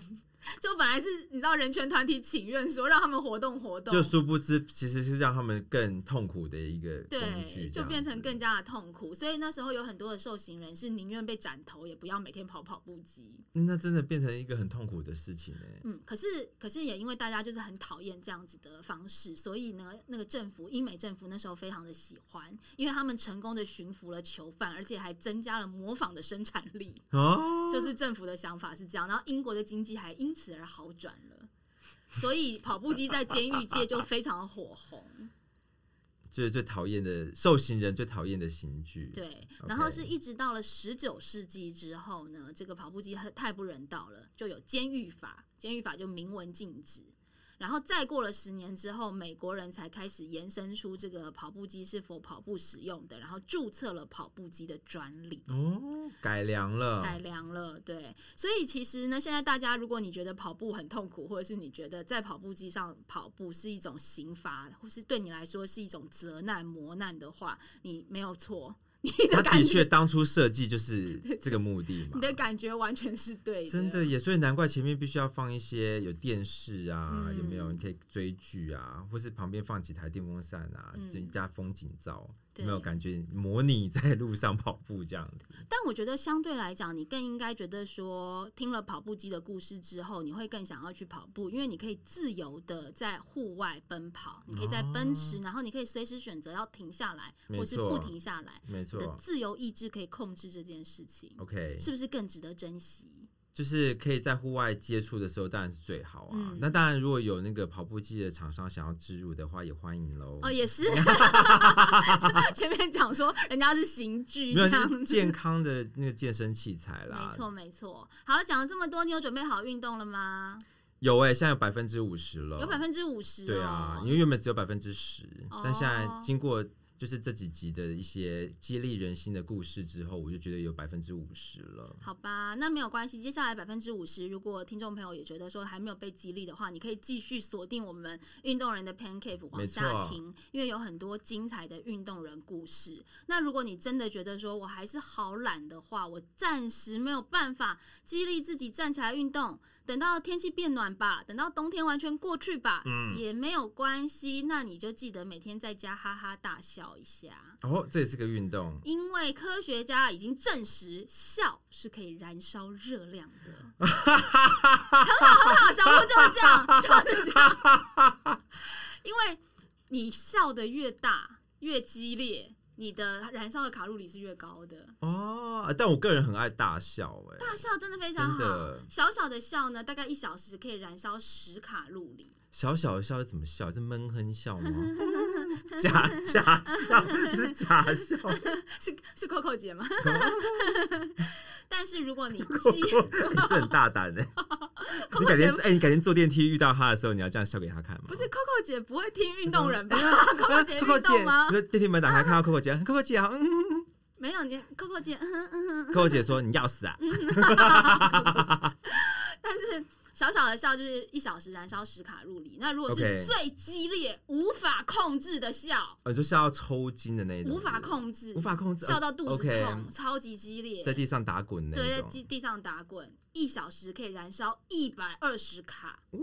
Speaker 1: 就本来是你知道人权团体请愿说让他们活动活动，
Speaker 2: 就殊不知其实是让他们更痛苦的一个工具，
Speaker 1: 对，
Speaker 2: 这
Speaker 1: 就
Speaker 2: 样
Speaker 1: 变成
Speaker 2: 子
Speaker 1: 更加的痛苦。所以那时候有很多的受刑人是宁愿被斩头，也不要每天跑跑步机。
Speaker 2: 那真的变成一个很痛苦的事情哎、
Speaker 1: 嗯，可是可是也因为大家就是很讨厌这样子的方式，所以呢，那个政府英美政府那时候非常的喜欢，因为他们成功的驯服了囚犯，而且还增加了模仿的生产力。
Speaker 2: 哦，
Speaker 1: 就是政府的想法是这样，然后英国的经济还因此而好转了。所以跑步机在监狱界就非常的火红，
Speaker 2: 就是最讨厌的受刑人最讨厌的刑具。，
Speaker 1: 对。
Speaker 2: OK
Speaker 1: 然后是一直到了十九世纪之后呢，这个跑步机很太不人道了，就有监狱法，监狱法就明文禁止。然后再过了十年之后，美国人才开始延伸出这个跑步机是否跑步使用的，然后注册了跑步机的专利。
Speaker 2: 哦，改良了，
Speaker 1: 改良了，对，所以其实呢，现在大家如果你觉得跑步很痛苦，或者是你觉得在跑步机上跑步是一种刑罚，或是对你来说是一种责难磨难的话，你没有错，你
Speaker 2: 他
Speaker 1: 的感
Speaker 2: 的确
Speaker 1: 觉，
Speaker 2: 当初设计就是这个目的嘛
Speaker 1: 你。的感觉完全是对
Speaker 2: 真的
Speaker 1: 的
Speaker 2: 也，所以难怪前面必须要放一些有电视啊，
Speaker 1: 嗯
Speaker 2: 有没有？你可以追剧啊，或是旁边放几台电风扇啊，
Speaker 1: 嗯
Speaker 2: 增加风景照，有
Speaker 1: 对
Speaker 2: 没有感觉模拟在路上跑步这样子？
Speaker 1: 但我觉得相对来讲，你更应该觉得说，听了跑步机的故事之后，你会更想要去跑步，因为你可以自由的在户外奔
Speaker 2: 哦
Speaker 1: 跑，你可以在奔驰，然后你可以随时选择要停下来，
Speaker 2: 没
Speaker 1: 或是
Speaker 2: 错
Speaker 1: 不停下来。
Speaker 2: 没
Speaker 1: 你的
Speaker 2: 错
Speaker 1: 自由意志可以控制这件事情，
Speaker 2: ，OK，
Speaker 1: 是不是更值得珍惜？
Speaker 2: 就是可以在户外接触的时候，当然是最好啊。
Speaker 1: 嗯
Speaker 2: 那当然，如果有那个跑步机的厂商想要植入的话，也欢迎喽。
Speaker 1: 哦，也 是，前面讲说人家是刑具 这
Speaker 2: 没有，
Speaker 1: 样
Speaker 2: 是
Speaker 1: 子，
Speaker 2: 健康的那个健身器材啦。
Speaker 1: 没错没错。好了，讲了这么多，你有准备好运动了吗？
Speaker 2: 有哎、现在有百分之五十了，
Speaker 1: 有百分之五十，
Speaker 2: 对啊，因为原本只有百分之十，但现在
Speaker 1: 哦
Speaker 2: 经过就是这几集的一些激励人心的故事之后，我就觉得有百分之五十了。
Speaker 1: 好吧，那没有关系。接下来百分之五十，如果听众朋友也觉得说还没有被激励的话，你可以继续锁定我们运动人的 Pan Cave 往
Speaker 2: 没
Speaker 1: 下
Speaker 2: 错
Speaker 1: 听，因为有很多精彩的运动人故事。那如果你真的觉得说我还是好懒的话，我暂时没有办法激励自己站起来运动，等到天气变暖吧，等到冬天完全过去吧，
Speaker 2: 嗯
Speaker 1: 也没有关系。那你就记得每天在家哈哈大笑一下。
Speaker 2: 哦，这也是个运动。
Speaker 1: 因为科学家已经证实，笑是可以燃烧热量的。很好，很好，小鹿就是这样，就是这样。因为你笑的越大，越激烈，你的燃烧的卡路里是越高的。
Speaker 2: 哦，啊但我个人很爱大笑哎、
Speaker 1: 大笑真的非常
Speaker 2: 真
Speaker 1: 好
Speaker 2: 的，
Speaker 1: 小小的笑呢，大概一小时可以燃烧十卡路里。
Speaker 2: 小小的笑是怎么笑？是闷哼笑吗？ 假假笑是假 笑，
Speaker 1: 是是 Coco 姐 吗？但是如果你
Speaker 2: 扣
Speaker 1: 激
Speaker 2: 扣，你这很大胆 哎、你改天哎、你改天坐电梯遇到他的时候，你要这样笑给他看吗？
Speaker 1: 不是 Coco 姐不会听运动人吧？Coco 姐
Speaker 2: 扣扣
Speaker 1: 运动吗
Speaker 2: 你？说电梯门打开看到扣扣姐，扣扣姐好，嗯，
Speaker 1: 没有，你 Coco 姐，嗯嗯嗯，
Speaker 2: 扣扣姐说你要死啊，
Speaker 1: 但是小小的笑就是一小时燃烧十卡路里。那如果
Speaker 2: OK
Speaker 1: 是最激烈、无法控制的笑，
Speaker 2: 哦，就是要抽筋的那一种，
Speaker 1: 无法控制，
Speaker 2: 无法控制，
Speaker 1: 笑到肚子
Speaker 2: o
Speaker 1: 痛，
Speaker 2: k
Speaker 1: 超级激烈，
Speaker 2: 在地上打滚那
Speaker 1: 对，在
Speaker 2: 种。
Speaker 1: 地地上打滚，一小时可以燃烧一百二十卡，
Speaker 2: 哇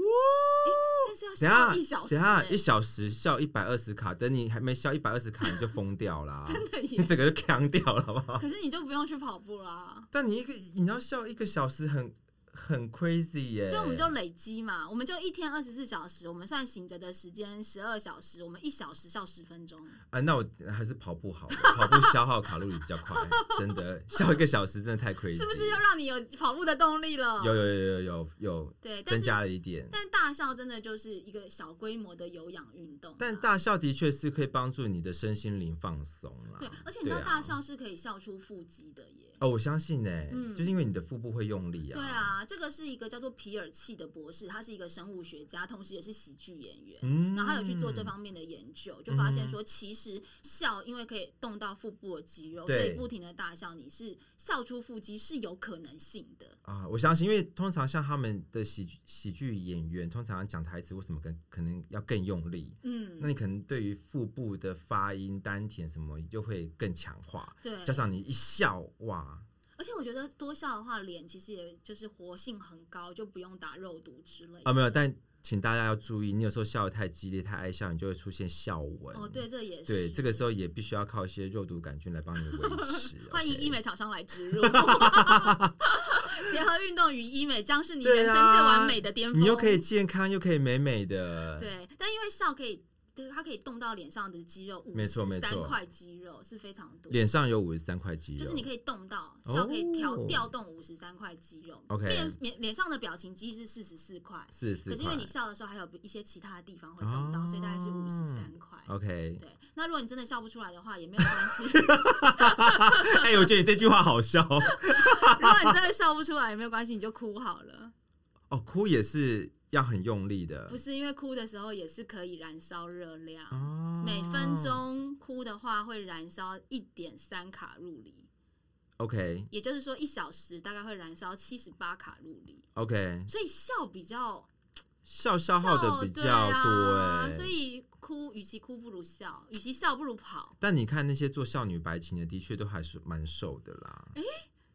Speaker 1: 但是要
Speaker 2: 等
Speaker 1: 笑
Speaker 2: 下，
Speaker 1: 一小时、
Speaker 2: 等下
Speaker 1: 欸，
Speaker 2: 一小时笑一百二十卡，等你还没笑一百二十卡，你就疯掉啦，
Speaker 1: 真的
Speaker 2: 你
Speaker 1: 耶。
Speaker 2: 整个就扛掉了，好不好？
Speaker 1: 可是你就不用去跑步啦。
Speaker 2: 但你一个你要笑一个小时很，很 crazy 耶、
Speaker 1: 所以我们就累积嘛，我们就一天二十四小时，我们算醒着的时间十二小时，我们一小时笑十分钟。
Speaker 2: 啊，那我还是跑步好了，跑步消耗卡路里比较快， 真的笑一个小时真的太 crazy，
Speaker 1: 是不是又让你有跑步的动力了？
Speaker 2: 有有有有有有
Speaker 1: 对，但
Speaker 2: 增
Speaker 1: 是
Speaker 2: 加了一点？
Speaker 1: 但大笑真的就是一个小规模的有氧运动啊、
Speaker 2: 但大笑的确是可以帮助你的身心灵放松啦。
Speaker 1: 对，而且你知道
Speaker 2: 对啊
Speaker 1: 大笑是可以笑出腹肌的耶。
Speaker 2: 哦，我相信呢、
Speaker 1: 嗯
Speaker 2: 就是因为你的腹部会用力啊。
Speaker 1: 对，啊，这个是一个叫做皮尔契的博士，他是一个生物学家，同时也是喜剧演员。
Speaker 2: 嗯，
Speaker 1: 然后他有去做这方面的研究，就发现说，其实笑因为可以动到腹部的肌肉，所
Speaker 2: 对
Speaker 1: 以不停的大笑，你是笑出腹肌是有可能性的。
Speaker 2: 啊，我相信，因为通常像他们的喜剧喜剧演员，通常讲台词为什么更可能要更用力？那
Speaker 1: 嗯，
Speaker 2: 你可能对于腹部的发音、丹田什么就会更强化，
Speaker 1: 对。
Speaker 2: 加上你一笑，哇，
Speaker 1: 而且我觉得多笑的话，脸其实也就是活性很高，就不用打肉毒之类的。
Speaker 2: 啊，没有，但请大家要注意，你有时候笑得太激烈、太爱笑，你就会出现笑纹。
Speaker 1: 哦，对，这也是。
Speaker 2: 对，这个时候也必须要靠一些肉毒杆菌来帮你维持
Speaker 1: 。欢迎
Speaker 2: OK
Speaker 1: 医美厂商来植 入， 结合运动与医美，将是你
Speaker 2: 对
Speaker 1: 人生
Speaker 2: 啊
Speaker 1: 最完美的巅峰。
Speaker 2: 你又可以健康，又可以美美的。，
Speaker 1: 对，但因为笑可以，对，它可以动到脸上的肌肉，
Speaker 2: 没错没错
Speaker 1: 三块肌肉是非常多，
Speaker 2: 脸上有五十三块肌肉，
Speaker 1: 就是你可以动到笑可以调、
Speaker 2: 哦
Speaker 1: 调动五十三块肌肉
Speaker 2: OK
Speaker 1: 面脸脸上的表情肌是四十四块，
Speaker 2: 四十四
Speaker 1: 可
Speaker 2: 块。哦
Speaker 1: 是因为你笑的时候还有一些其他的地方会动到，所以大概是五十三块。
Speaker 2: OK，
Speaker 1: 对，那如果你真的笑不出来的话，也没有关系。
Speaker 2: 哎、我觉得你这句话好笑哦
Speaker 1: 如果你真的笑不出来，也没有关系，你就哭好了。
Speaker 2: 哦，哭也是要很用力的
Speaker 1: 不，是因为哭的时候也是可以燃烧热量，
Speaker 2: 哦，
Speaker 1: 每分钟哭的话会燃烧一点三卡路里，
Speaker 2: OK
Speaker 1: 也就是说一小时大概会燃烧七十八卡路里。
Speaker 2: OK，
Speaker 1: 所以笑比较
Speaker 2: 笑消耗的比
Speaker 1: 笑
Speaker 2: 较
Speaker 1: 对
Speaker 2: 多哎、
Speaker 1: 啊，所以哭与其哭不如笑，与其笑不如跑。
Speaker 2: 但你看那些做少女白情的，的确都还是蛮瘦的啦，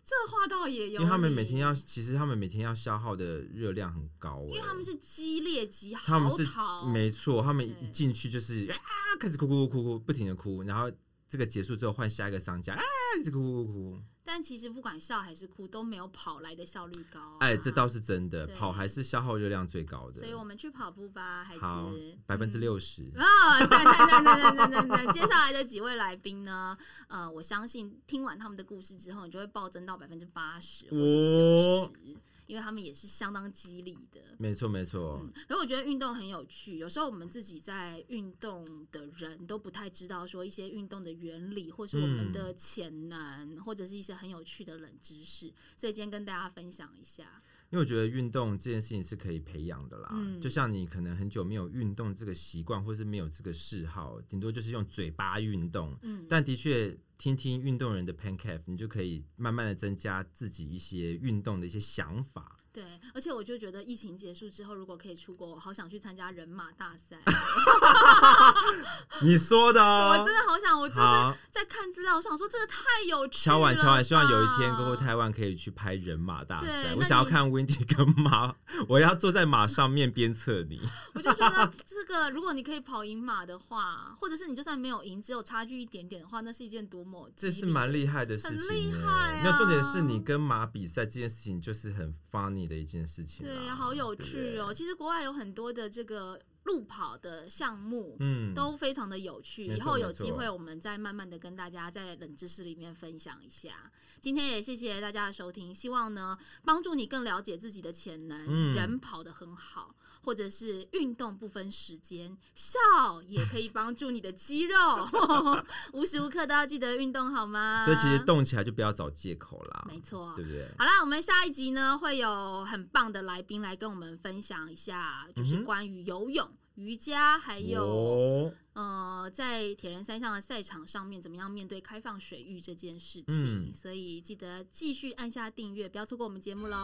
Speaker 1: 这话倒也哎有理，啊
Speaker 2: 因为他们每天要，其实他们每天要消耗的热量很高、哎
Speaker 1: 因为他们是激烈级
Speaker 2: 他们
Speaker 1: 嚎
Speaker 2: 是
Speaker 1: 啕，
Speaker 2: 没错，他们
Speaker 1: 对
Speaker 2: 一进去就是啊，开始哭哭哭哭，不停的哭，然后这个结束之后换下一个商家啊，一直哭哭哭，
Speaker 1: 但其实不管笑还是哭，都没有跑来的效率高、啊。
Speaker 2: 哎，这倒是真的，
Speaker 1: 对
Speaker 2: 跑还是消耗热量最高的，
Speaker 1: 所以我们去嗯跑步吧，孩
Speaker 2: 好
Speaker 1: 子。
Speaker 2: 百分之六十，
Speaker 1: 啊，赞赞赞赞赞赞赞！接下来的几位来宾呢？呃，我相信听完他们的故事之后，你就会暴增到百分之八十或是
Speaker 2: 哦
Speaker 1: 九十，因为他们也是相当激励的。
Speaker 2: 没错没错，
Speaker 1: 嗯，可是我觉得运动很有趣，有时候我们自己在运动的人都不太知道说一些运动的原理，或是我们
Speaker 2: 嗯
Speaker 1: 的潜能，或者是一些很有趣的冷知识，所以今天跟大家分享一下。
Speaker 2: 因为我觉得运动这件事情是可以培养的啦，
Speaker 1: 嗯
Speaker 2: 就像你可能很久没有运动这个习惯，或是没有这个嗜好，顶多就是用嘴巴运动，
Speaker 1: 嗯，
Speaker 2: 但的确，听听运动人的 pancake，你就可以慢慢的增加自己一些运动的一些想 法。
Speaker 1: 对，而且我就觉得疫情结束之后，如果可以出国，我好想去参加人马大赛。
Speaker 2: 你说的哦，
Speaker 1: 我真的好想，我就是
Speaker 2: 好，啊
Speaker 1: 在看资料，我想说这个太有趣了吧。嗯
Speaker 2: 敲碗敲碗，希望有一天 GoGo 台湾可以去拍人马大
Speaker 1: 对
Speaker 2: 赛。
Speaker 1: 那
Speaker 2: 我想要
Speaker 1: 你
Speaker 2: 看 Wendy 跟马， 我要坐在马上面鞭策你。
Speaker 1: 我就觉得这个，如果你可以跑赢马的话，或者是你就算没有赢，只有差距一点点的话，那是一件多么
Speaker 2: 这
Speaker 1: 激
Speaker 2: 是
Speaker 1: 励
Speaker 2: 蛮厉害的事
Speaker 1: 很
Speaker 2: 情
Speaker 1: 厉
Speaker 2: 耶，
Speaker 1: 害
Speaker 2: 没有重点
Speaker 1: 啊
Speaker 2: 是你跟马比赛这件事情就是很 funny 的一件事情啦，啊
Speaker 1: 对，好有
Speaker 2: 对不
Speaker 1: 趣哦。
Speaker 2: 对。
Speaker 1: 其实国外有很多的这个路跑的项目。
Speaker 2: 嗯，
Speaker 1: 都非常的有趣，
Speaker 2: 没
Speaker 1: 以
Speaker 2: 错
Speaker 1: 后有
Speaker 2: 没错
Speaker 1: 机会我们再慢慢的跟大家在冷知识里面分享一下。今天也谢谢大家的收听，希望呢帮助你更了解自己的潜能，
Speaker 2: 嗯
Speaker 1: 人跑得很好，或者是运动不分时间，笑也可以帮助你的肌肉， 无时无刻都要记得运动好吗？
Speaker 2: 所以其实动起来就不要找借口啦，
Speaker 1: 啊没错，
Speaker 2: 对不对？
Speaker 1: 好啦，我们下一集呢会有很棒的来宾来跟我们分享一下，就是
Speaker 2: 嗯哼
Speaker 1: 关于游泳、瑜伽，还有、
Speaker 2: 哦
Speaker 1: 呃在铁人三项的赛场上面怎么样面对开放水域这件事情。
Speaker 2: 嗯
Speaker 1: 所以记得继续按下订阅，不要错过我们节目喽。